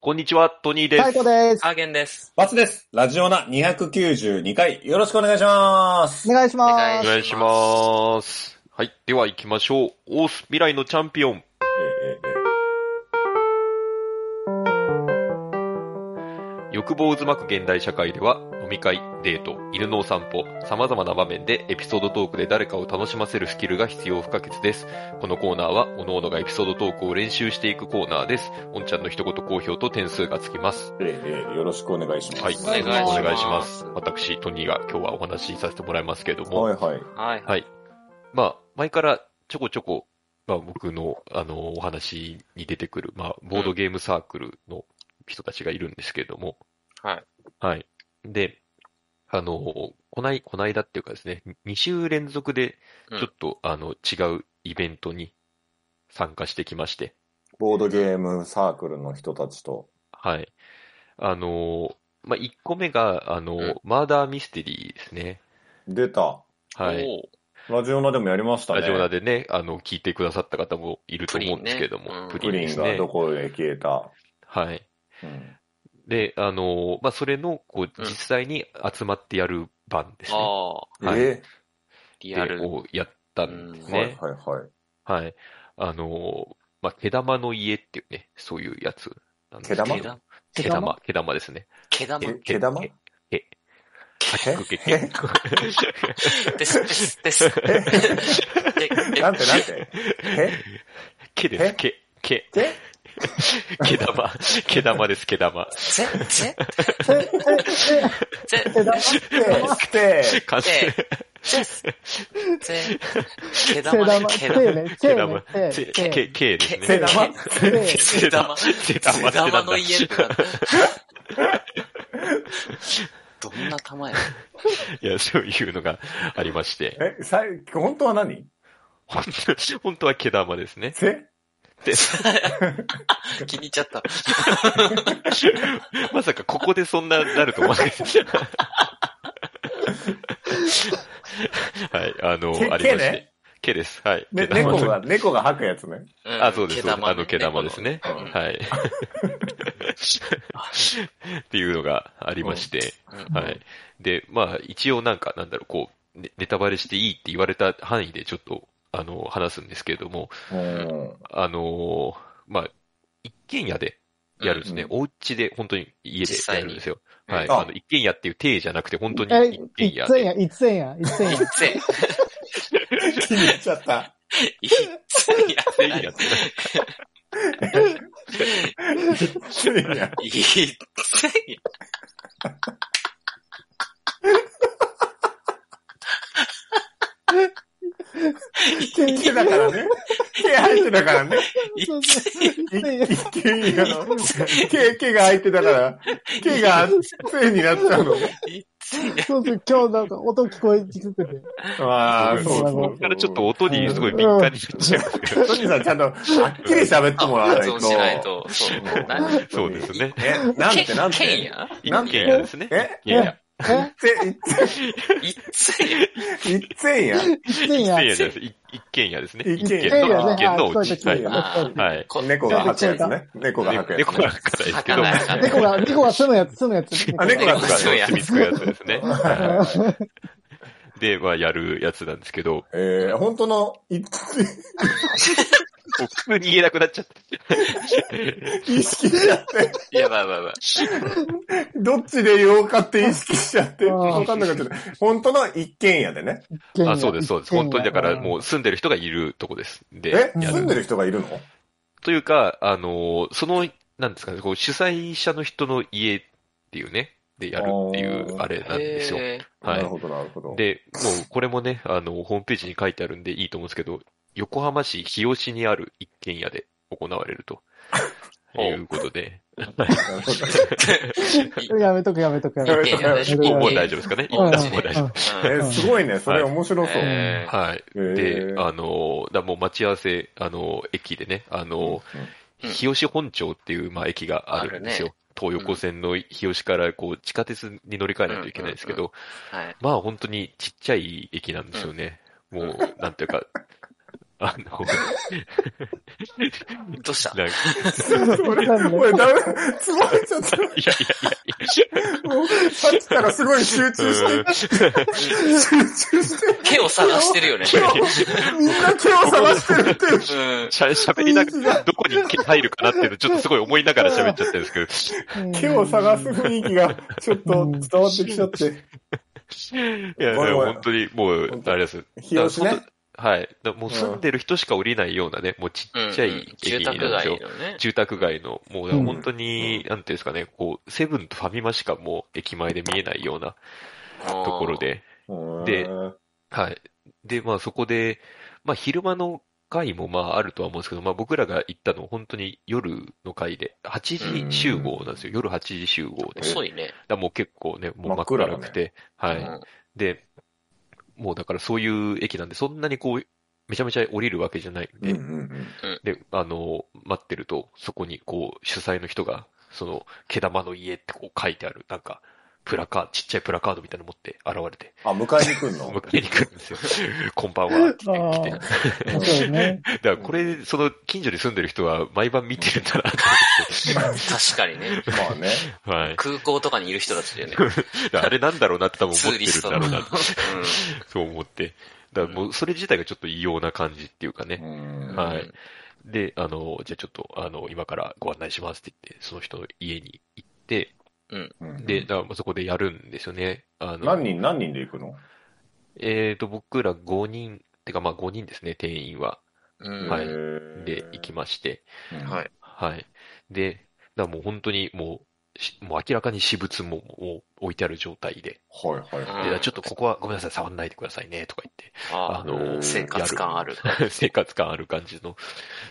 こんにちは、トニーです。太鼓です。アーゲンです。バツです。ラジオナ292回、よろしくお願いします。お願いしまおお願す。願いいしします。はい。では行きましょう。オース未来のチャンピオン。欲望渦巻く現代社会では、飲み会、デート、犬のお散歩、様々な場面でエピソードトークで誰かを楽しませるスキルが必要不可欠です。このコーナーは、各々がエピソードトークを練習していくコーナーです。おんちゃんの一言好評と点数がつきます。ええええよろしくお願いします。はい。お願いしますお願いします。私、トニーが今日はお話しさせてもらいますけれども、はいはい。はい。はい。まあ、前からちょこちょこ、まあ僕の、あの、お話に出てくる、まあ、ボードゲームサークルの人たちがいるんですけれども。はい。はい。で、あの、こない、こないだっていうかですね、2週連続で、うんちょっと、あの、違うイベントに参加してきまして、ボードゲームサークルの人たちと。はい。あの、まあ、1個目が、あの、うんマーダーミステリーですね。出た。はい。おー。ラジオナでもやりましたね。ラジオナでね、あの、聞いてくださった方もいると思うんですけれども、ププでリンすがねど。こへ消えた。はい。うんで、あの、まあ、それの、こう、うん実際に集まってやる版ですね。ああ、はいえリアでル。をやったんですえうんはいね。はいはい。はい。あの、まあ、毛玉の家っていうね、そういうやつなんですけど。毛毛玉玉毛玉、毛玉ですね。毛玉え毛玉毛毛毛毛毛えです、です、です。ええなんてなんてえ毛です、毛。毛、え毛玉、毛玉です、毛玉。ぜ、ぜ、えええぜ、えだって、完成ぜ、ぜ、毛手玉玉、毛手玉。ね、毛手玉ね、、毛、手、手、毛、毛ですね。手玉毛玉。手毛玉、手玉玉の家ってなんだ。どんな玉やいや、そういうのがありまして。え、さい、本当は何本当本当は毛玉ですね。せ で、気に入っちゃった。まさかここでそんななると思わなかった。はい、あの、毛ありまし毛てね。毛です。はい。ね、毛玉猫が、猫が吐くやつね。うんあ、そうです。そうですあの毛ね玉ですね。猫のはい。 っていうのがありまして。うんはい。で、まあ、一応なんか、なんだろう、こう、ねネタバレしていいって言われた範囲でちょっと、あの、話すんですけれども、 うん。あのーまあ、一軒家でやるんですね。うんお家で、本当に家でやるんですよ。実際にはい。ああの、一軒家っていう体じゃなくて、本当にえ一、軒一家千で。円、一千円、一千いっ円。ぜ、気に入っちゃった。 いっぜ一軒や家なっいてついやいい気に入ってたからね。毛入ってたからね。そうそう一千円。一軒家の、毛、毛が入ってたから、毛が杖になったの。そうそう、今日なんか音聞こえてきてて。ああ、そうそうこそこう。からちょっと音にすごい敏感になっちゃうんですけど。トニーさんちゃんと、はっきり喋ってもらわな発いと。音しないと。そう。何そうですね。え、なんてなんけんて。や一なん軒て家ですね。えいやいや、えいっつや。一軒家一一千軒円。家じゃないです。一一軒家ですね。一一軒軒家の、ね一軒のお家。はいそうですはあい。はい。こ猫が吐くやつね。猫が吐くやつ、ね。猫が書かないですけど、書かない猫が、猫が住むやつ、住むやつ。あ猫が猫がそうや住み着くやつですね。はうんいで、まあ、やるやつなんですけど、えー、本当の一、僕に言えなくなっちゃった。意識しちゃって、やばいやばいやばい。どっちで言おうかって意識しちゃって、あーわかんなかった。本当の一軒家でね。あ、そうです、そうです。本当にだからう。もう住んでる人がいるとこです。でえ、や住んる。でる人がいるのというか、あのー、その、なんですかね、こう主催者の人の家っていうね、でやるっていうあーあれなんですよ。へはないる。ほど、なるほど。で、もうこれもね、あの、ホームページに書いてあるんでいいと思うんですけど、横浜市日吉にある一軒家で行われる と。いうことで。なるほどーいやめとく、やめとく、やめとく。いいやいやもうもう大丈夫ですかね一うん旦夫もう大丈夫。うえんー、すごいね。それ面白そう。えーはい。で、あの、だもう待ち合わせ、あの、駅でね、あの、うん日吉本町っていう、まあ、駅があるんですよ。あ東横線の日吉から、こう、地下鉄に乗り換えないといけないんですけど、はい。まあ、本当にちっちゃい駅なんですよね。もう、なんていうか、あの、どうしたなんか、俺、俺ダメ、つまれちゃった。いやいやもうさっきからすごい集いや、中して、集中して、毛を探してるよね。みんな手を探してるっていう。うん。しゃ喋りながら、どこに入るかなっていうの、ちょっとすごい思いながら喋っちゃってるんですけど、手を探す雰囲気がちょっと伝わってきちゃって。いや、ごめんごめん本当に、もう、あれです。日吉ね。はい。だもう住んでる人しか降りないようなね、もうちうんっちゃい駅住なん宅です街よ。のね。住宅街の、もう本当に、なんていうんですかね、こう、セブンとファミマしかもう駅前で見えないようなとところ。で、ではい。で、まあそこで、まあ昼間の回もまああるとは思うんですけど、まあ僕らが行ったの本当に夜の回で、8時集合なんですよ。夜8時集合で。遅いね。だからもう結構ね、もう真真っっ暗暗くだねて、はうい。んで、もうだからそういう駅なんで、そんなにこう、めちゃめちゃ降りるわけじゃないんで、で、あの、待ってると、そこにこう、主催の人が、その、毛玉の家ってこう書いてある、なんか、プラカード、ちっちゃいプラカードみたいなの持って現れて、あ、迎えに来ん の迎えに来るんですよ。こんばんは、って言って来て。ああ、そうね。だからこれ、その、近所に住んでる人は毎晩見てるんだなって確かにね。まあね。 思って。はい。空港とかにいる人たちだよね。だからあれなんだろうなって多分ツ思っーてリるスんトだの。ろうんなうって、 そう思って。だからもう、それ自体がちょっと異様な感じっていうかね。はいで、あの、じゃあちょっと、あの、今からご案内しますって言って、その人の家に行って、で、、だからまあそこでやるんですよね。あの、何人、何人で行くのえっ、と、僕ら5人、てかまあ5人ですね、定員は。うん。はいいで、行きまして。はい。はい。で、だからもう本当にもう、しもう明らかに私物ももう置いてある状態で、はいはいではうんちょっとここはごめんなさい、触んないでくださいね、とか言って、ああの、あ、生活感ある。やる 生活感ある感じの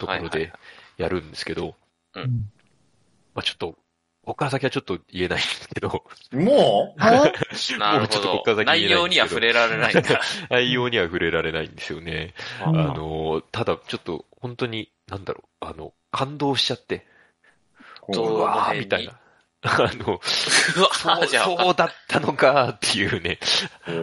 ところはいはいでやるんですけど、うんまあちょっと、ここから先はちょっと言えないんですけど、 い。もあなるもうちょっとこほこど。から先内言えない容んでにすけどは触れられないんだ。 愛用には触れられないんですよね。うあの、ただちょっと本当に、なんだろう、あの、感動しちゃって、どううわーみたいな。 あ の、うそわう、じゃあ、そうだったのかっていうね、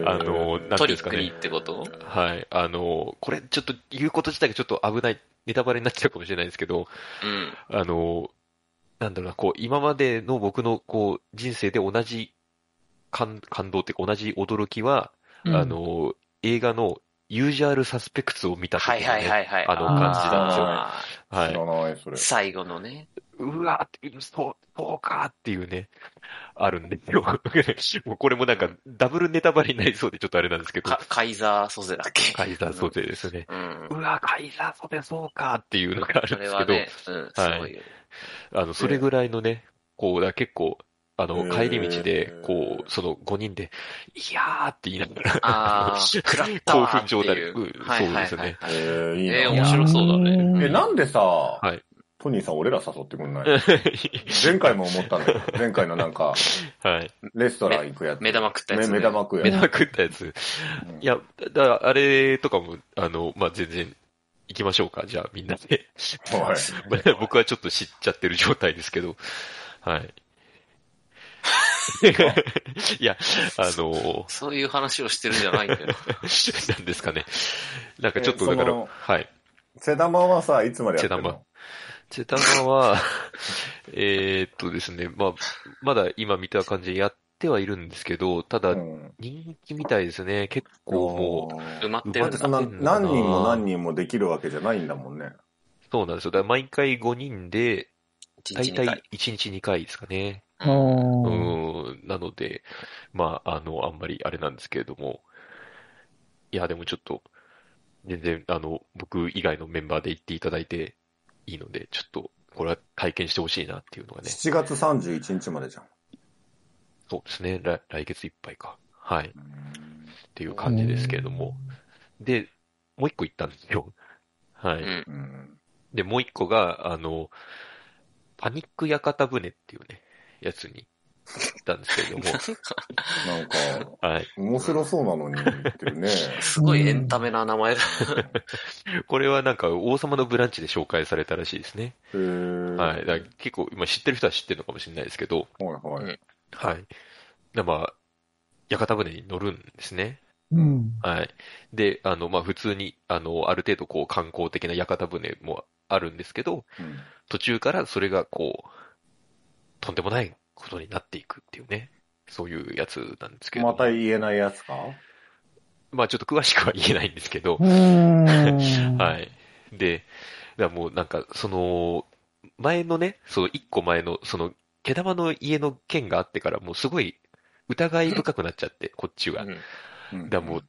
ああの、なんていトうんでリすッかクにね。ってことはい。あの、これちょっと言うこと自体がちょっと危ない、ネタバレになっちゃうかもしれないですけど、うん。あの、なんだろうな、こう、今までの僕の、こう、人生で同じ感、感動っていうか、同じ驚きは、あ、の、映画のユージャールサスペクツを見た時のはねいはいはいはい。あの感じなんですよですはい知らない、それ。最後のね。うわーって、そう、そうかーっていうね、あるんですよ。 もうこれもなんか、ダブルネタバレになりそうでちょっとあれなんですけどか、カイザーソゼだっけカイザーソテーですね。うん。うわー、カイザーソテーそうかーっていうのがあるそんでれすけはど、ね、うん、すごいよ。あの、それぐらいのね、こう、だ結構、あの、へー帰り道で、こう、その5人で、いやーって言いながら、あのー、 食らった興わー奮って状態で、いううんはいそうはでいすはねい。えー、いいえー、な面白そうだね。うんえ、なんでさ、いトニーさん俺ら誘ってくんない前回も思ったんだよ。前回のなんか、 はい。レストラン行くやつ。目玉食ったやつねめ目玉食う目や玉食ったやつ。つ。いや、だから、あれとかも、あの、まあ、全然、行きましょうか、じゃあ、みんなで。うん、はい。 僕はちょっと知っちゃってる状態ですけど、 はい。いや、あの、そういう話をしてるんじゃないん だよ。なんですかね。なんかちょっと、だかえそら、のはい。セダマはさ、いつまでやセってるダマのチェタマは、 えーっとですね、まあ、まだ今見た感じでやってはいるんですけど、ただう、ん人気みたいですね。結構もう、埋まってだるっんてだそん。な何人も何人もできるわけじゃないんだもんね。そうなんですよ。だから毎回5人で、一大日二体回1日2回ですかね。あーうん、なので、まあ、あの、あんまりあれなんですけれども、いや、でもちょっと、全然、あの、僕以外のメンバーで行っていただいていいので、ちょっと、これは体験してほしいなっていうのがね、 7月31日までじゃん。そうですね、来、来月いっぱいか。はい、っうんていう感じですけれども。で、もう一個行ったんですよ。はい。うんうんで、もう一個が、あの、パニック屋形船っていうね、やつに行ったんですけれど も、なんか、はい。面白そうなのにって いうね。すごいエンタメな名前だ。これはなんか、王様のブランチで紹介されたらしいですね。へーはい。だから結構、今知ってる人は知ってるのかもしれないですけど、はいはい。はい。だからまあ、屋形船に乗るんですね。うん。はい。で、あの、まあ、普通に、あの、ある程度こう観光的な屋形船もあるんですけど、途中からそれがこう、とんでもないことになっていくっていうね、そういうやつなんですけれどまも。た言えないやつかまあ、ちょっと詳しくは言えないんですけどう、ーん。はい。で、だからもうなんか、その、前のね、その一個前の、その、毛玉の家の件があってから、もうすごい疑い深くなっちゃって、こっちが。だかうんうんらもう、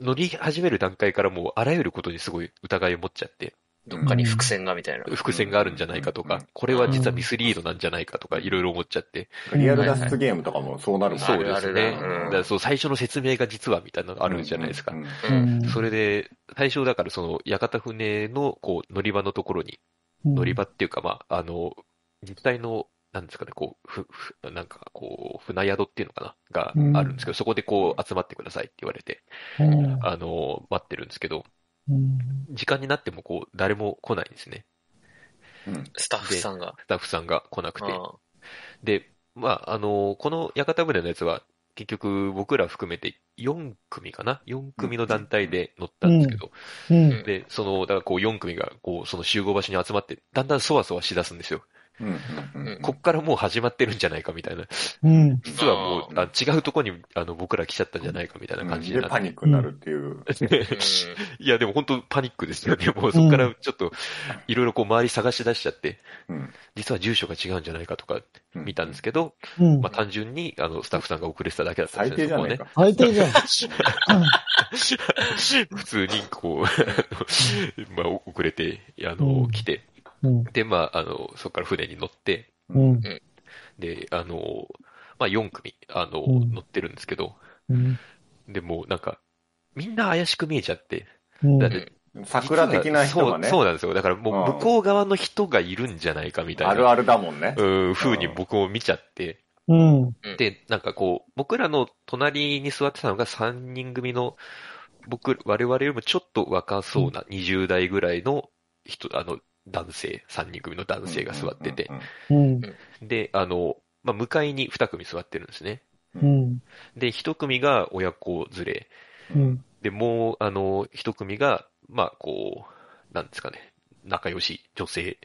乗り始める段階からもう、あらゆることにすごい疑いを持っちゃって、どっかに伏線がみたいな。伏線があるんじゃないかとうんか、これは実はミスリードなんじゃないかとか、いろいろ思っちゃって。リアル脱出ゲームとかもそうなるもんそうであするあね。るうんだからそう、最初の説明が実はみたいなのがあるじゃないですかう。んうんうんうんそれで、最初だからその、屋形船の、こう、乗り場のところに、乗り場っていうか、まあ、あの、実際の、なんですかね、こう、ふ、ふ、なんか、こう、船宿っていうのかなうんがあるんですけど、そこでこう、集まってくださいって言われて、うんあの、待ってるんですけど、うん時間になってもこう、誰も来ないんですね。スタッフさんが。スタッフさんが来なくて。あで、まあ、あの、この屋形船のやつは、結局僕ら含めて4組かな ?4 組の団体で乗ったんですけど、うんで、その、だからこう4組が、こう、その集合場所に集まって、だんだんそわそわしだすんですよ。うんうんうんこっからもう始まってるんじゃないかみたいな。うん。実はもう、ああ違うとこに、あの、僕ら来ちゃったんじゃないかみたいなうん感じにで、なパっニックになるっていう。て。いや、でも本当パニックですよね。もうそこからちょっと、いろいろこう周り探し出しちゃって、うん実は住所が違うんじゃないかとか見たんですけど、うんまあ単純に、あの、スタッフさんが遅れてただけだったん最ですよ低じそゃこはないね。か。最低じゃん。普通に、こう、 まあ遅れて、あうの、ん来て、うん。で、まあ、あの、そこから船に乗って、うん。で、あの、まあ、4組、あの、うん乗ってるんですけど、うん。でも、なんか、みんな怪しく見えちゃって。うんだって桜的な人がねそう、そうなんですよ。だからもううん向こう側の人がいるんじゃないかみたいな、あるあるだもんね。うん、風に僕も見ちゃって。うん。うんで、なんかこう、僕らの隣に座ってたのが3人組の、僕、我々よりもちょっと若そうな20代ぐらいの人、あの、男性、3人組の男性が座っててう、んうん。で、あの、まあ、向かいに2組座ってるんですね。うん。で、1組が親子連れ、うん。で、もう、あの、一組が、まあ、こう、なんですかね、仲良し女性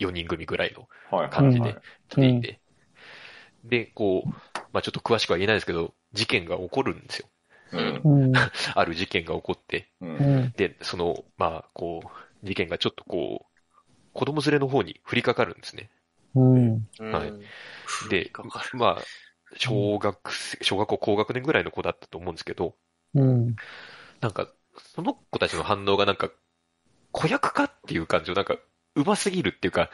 4人組ぐらいのはいはい感じはいで来ていて、で、こう、まあ、ちょっと詳しくは言えないですけど、事件が起こるんですよ。うんうん。ある事件が起こって、うんで、その、まあ、こう、事件がちょっとこう、子供連れの方に降りかかるんですね。うん。ーはいうんでかか、るまあ、小学生、小学校高学年ぐらいの子だったと思うんですけど、うん。なんか、その子たちの反応がなんか、子役かっていう感じをなんか、うますぎるっていうか、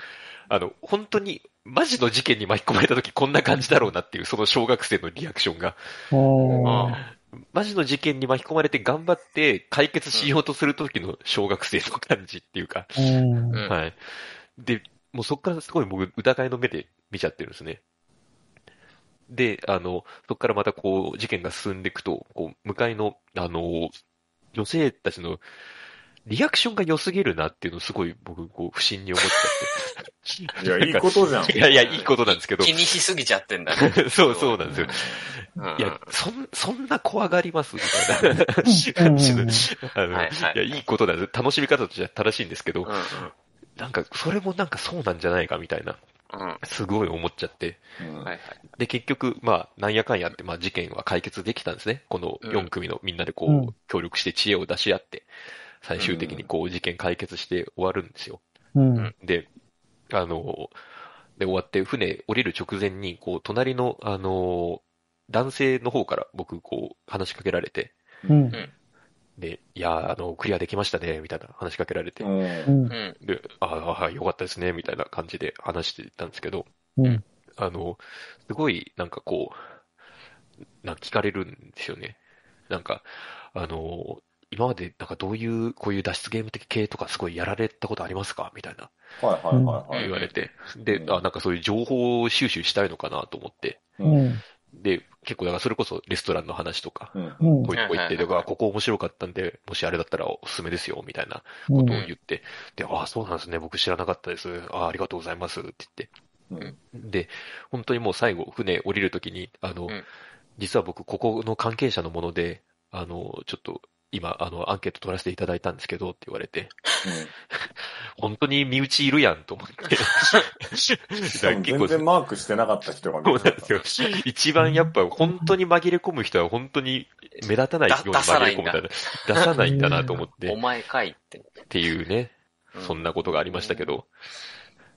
あの、本当に、マジの事件に巻き込まれた時こんな感じだろうなっていう、その小学生のリアクションが。おー。あマジの事件に巻き込まれて頑張って解決しようとする時の小学生の感じっていうか、うん。うんはい。で、もうそこからすごい僕、疑いの目で見ちゃってるんですね。で、あの、そこからまたこう、事件が進んでいくと、こう、向かいの、あの、女性たちの、リアクションが良すぎるなっていうのをすごい僕、こう、不審に思っちゃって。いや、いいこと じゃん。 いやいや、いいことなんですけど気。にしすぎちゃってんだね。そうそうなんですよ。う んいや、そん、そんな怖がりますみたいな感じの、あの、はいいはいや、いいことなんです。楽しみ方としては正しいんですけうど、んなんか、それもなんかそうなんじゃないかみたいな、うんうんすごい思っちゃって。うんはいはい。で、結局、まあ、なんやかんやって、まあ、事件は解決できたんですね。この4組のみんなでこう、うん協力して知恵を出し合って、最終的にこう、事件解決して終わるんですよ。うん。で、あの、で、終わって、船降りる直前に、こう、隣の、あの、男性の方から僕、こう、話しかけられて、うん。で、いやー、あの、クリアできましたね、みたいな話しかけられて、うんうん。うん。で、あーあー、よかったですね、みたいな感じで話してたんですけど、うんあの、すごい、なんかこう、なんか聞かれるんですよね。なんか、あの、今まで、なんかどういう、こういう脱出ゲーム的系とかすごいやられたことありますかみたいなはいはいはいはい言われて。で、うんあ、なんかそういう情報収集したいのかなと思って。うん。で、結構、だからそれこそレストランの話とか、 うんうん。こういうとこ行って、はいはいはいとか、ここ面白かったんで、もしあれだったらおすすめですよ、みたいなうことをん。言って、で、ああ、そうなんですね、僕知らなかったです、ああ、ありがとうございますって言って、で、本当にもう最後、船降りるときに、あの、うん実は僕、ここの関係者のもので、あの、ちょっと、今、あの、アンケート取らせていただいたんですけど、って言われて、本当に身内いるやんと 思って。しかも全然マークしてなかった人が見そうてなたんですよ。一番やっぱ本当に紛れ込む人は本当に目立たないように紛れ込むから出さないんだなと 思っおて、前かいって。っていうね、うんそんなことがありましたけど、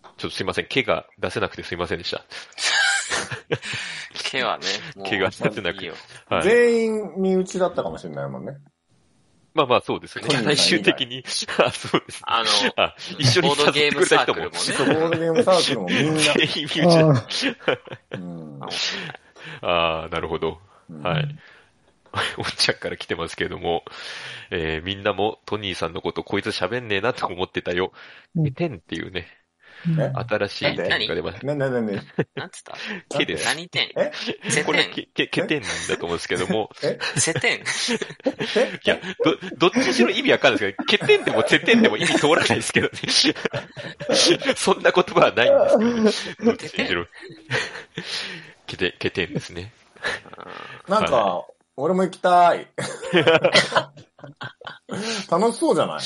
ちょっとすいません、毛が出せなくてすいませんでした。毛はね、もう 毛が立てなくいいよ。はい。全員身内だったかもしれないもんね。まあまあそうですね。本人が最終的に、あ、そうですね。あの、あ、一緒にボードゲームサークルもねボードゲームサークルもみんな。全員身内だあっあた。うんああ、なるほど。は。い。おっちゃんから来てますけれども、えーみんなもトニーさんのことこいつ喋んねえなと思ってたよ。うんえてんっていうね、うん新しい点が出ました。な、な、な、な、なん つった毛です。何点えせこれ、点け、け、けてんなんだと思うんですけども、せ点いや、ど、どっちにしろ意味わかんないですけど、けてんでもせてんでも意味通らないです けどね。そんな言葉はないんですけどね、どっちにしろ。けて、けてんですね。なんか、俺も行きた い。楽しそうじゃな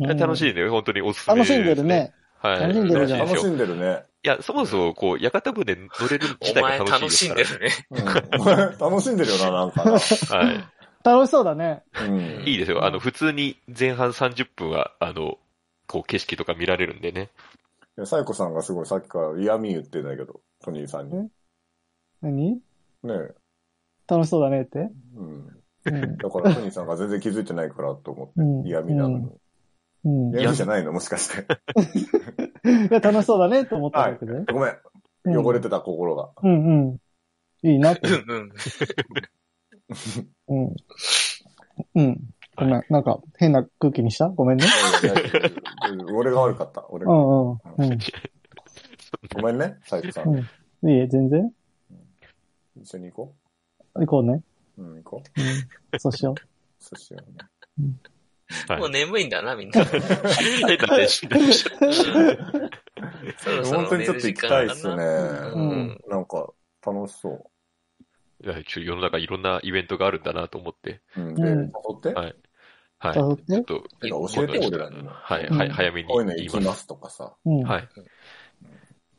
い楽しいね、本当におすすめで楽す、しんでるね。はい。楽しんでるじゃん楽しいで楽すしよんでるね。いや、そもそも、こう、屋形船乗れる 自お体が前楽楽ししいんででするね。 うん楽しんでるよな、なんかから。はい。楽しそうだね。な。うんいいですよ。あの、普通に前半30分は、あの、こう、景色とか見られるんでね。いやサイコさんがすごいさっきから嫌味言ってんだけど、トニーさんに。ね何え楽しそうだねって。うん。うんだからトニーさんが全然気づいてないからと思って、うん嫌味なのに。うん。い嫌味じゃないのもしかして。 や、楽しそうだねって思ったんだけどね。ごめうんん。汚れてた心が。うんうん。いいな って。うんううん。ん。うん。ごめん。なんか、変な空気にしたごめんね。俺が悪かった。俺うが。んうん。うん。ごめんね、サイコさうんん。いいえ、全然。一緒に行こ行こうね。う。うん、行こう。うん。そうしよそうしようね。はいもう眠いんだな、みんな。変な天使でし そろそろ本当にちょっと行きたいっすね。う。うんなんか、楽しそう。たいやちょ世の中いろんなイベントがあるんだなと思って。うん、で、う誘んって、はいはう。い。誘ちって。ょっいやと、教えて今度俺らにもはい、うんはい、早めにこういうの言い行きま。ますすとかさ。うん。はい。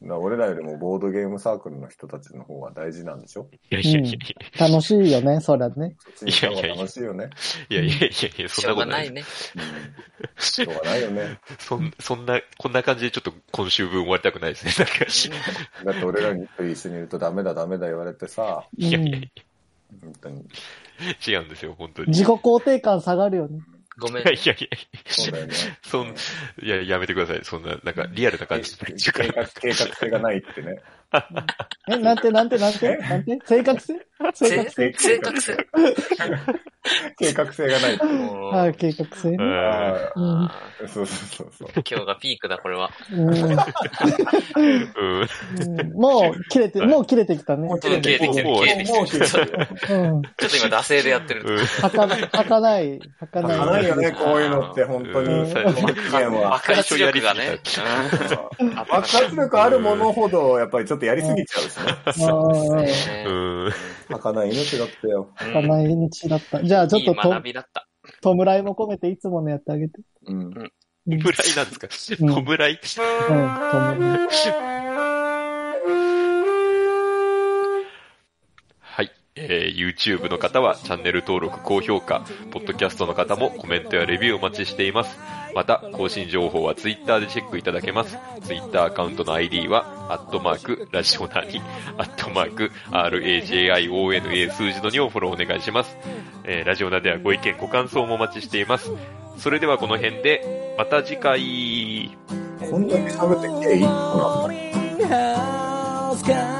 だから俺らよりもボードゲームサークルの人たちの方が大事なんでしょいやいやいやい楽しいよね、そりゃね。そっちに行った方が楽しいよね。や、いやいやいやいや、そしんょなこうがとなないい。ね。うんしょうがないよね。そん、そんな、こんな感じでちょっと今週分終わりたくないですね。なんか、だって俺らに一緒にいるとダメだダメだ言われてさ、いやいやい本当に。や、違うんですよ、本当に。い自己肯定感下がるよね。ごめんやい。やいや、そうだよね。そん、いや、やめてください。そんな、なんか、リアルな感じ計になっちゃうから画、計画性がないって ね。え、なんて、なんて、なんて、なんて、正確性正確性せ正確性。計画性がないって。もうああ、計画性うね。んあうん。あーそうそうそうそう。ー今日がピークだ、これは。うんうん。うんもう、切れて、もう切れてきたね。切れてるもう切れてるもう切れてる。うん。ちょっと今、惰性でやってる。うんはかない、はかない、はかない。はかないよね、こういうのって、本当うんに。最こ初のゲームは。爆発力がね。爆発力あるものほど、やっぱりちょっとやりすぎちゃうしね。あーうんうん。儚い命だったよ。はかない道だった。じゃあ、ちょっいいとと学、びだった。弔いも込めていつものやってあげて。うオん。ムライなんですかうんオムライうん、弔い。はい。えー YouTube の方はチャンネル登録、高評価、Podcast の方もコメントやレビューをお待ちしています。また、更新情報は Twitter でチェックいただけます。Twitter アカウントの ID は、アットマーク、ラジオナに、アットマーク、RAJIONA 数字の2をフォローお願いします。えーラジオナではご意見、ご感想もお待ちしています。それではこの辺で、また次回。こんだけ食べてきていいのかな boarding houseか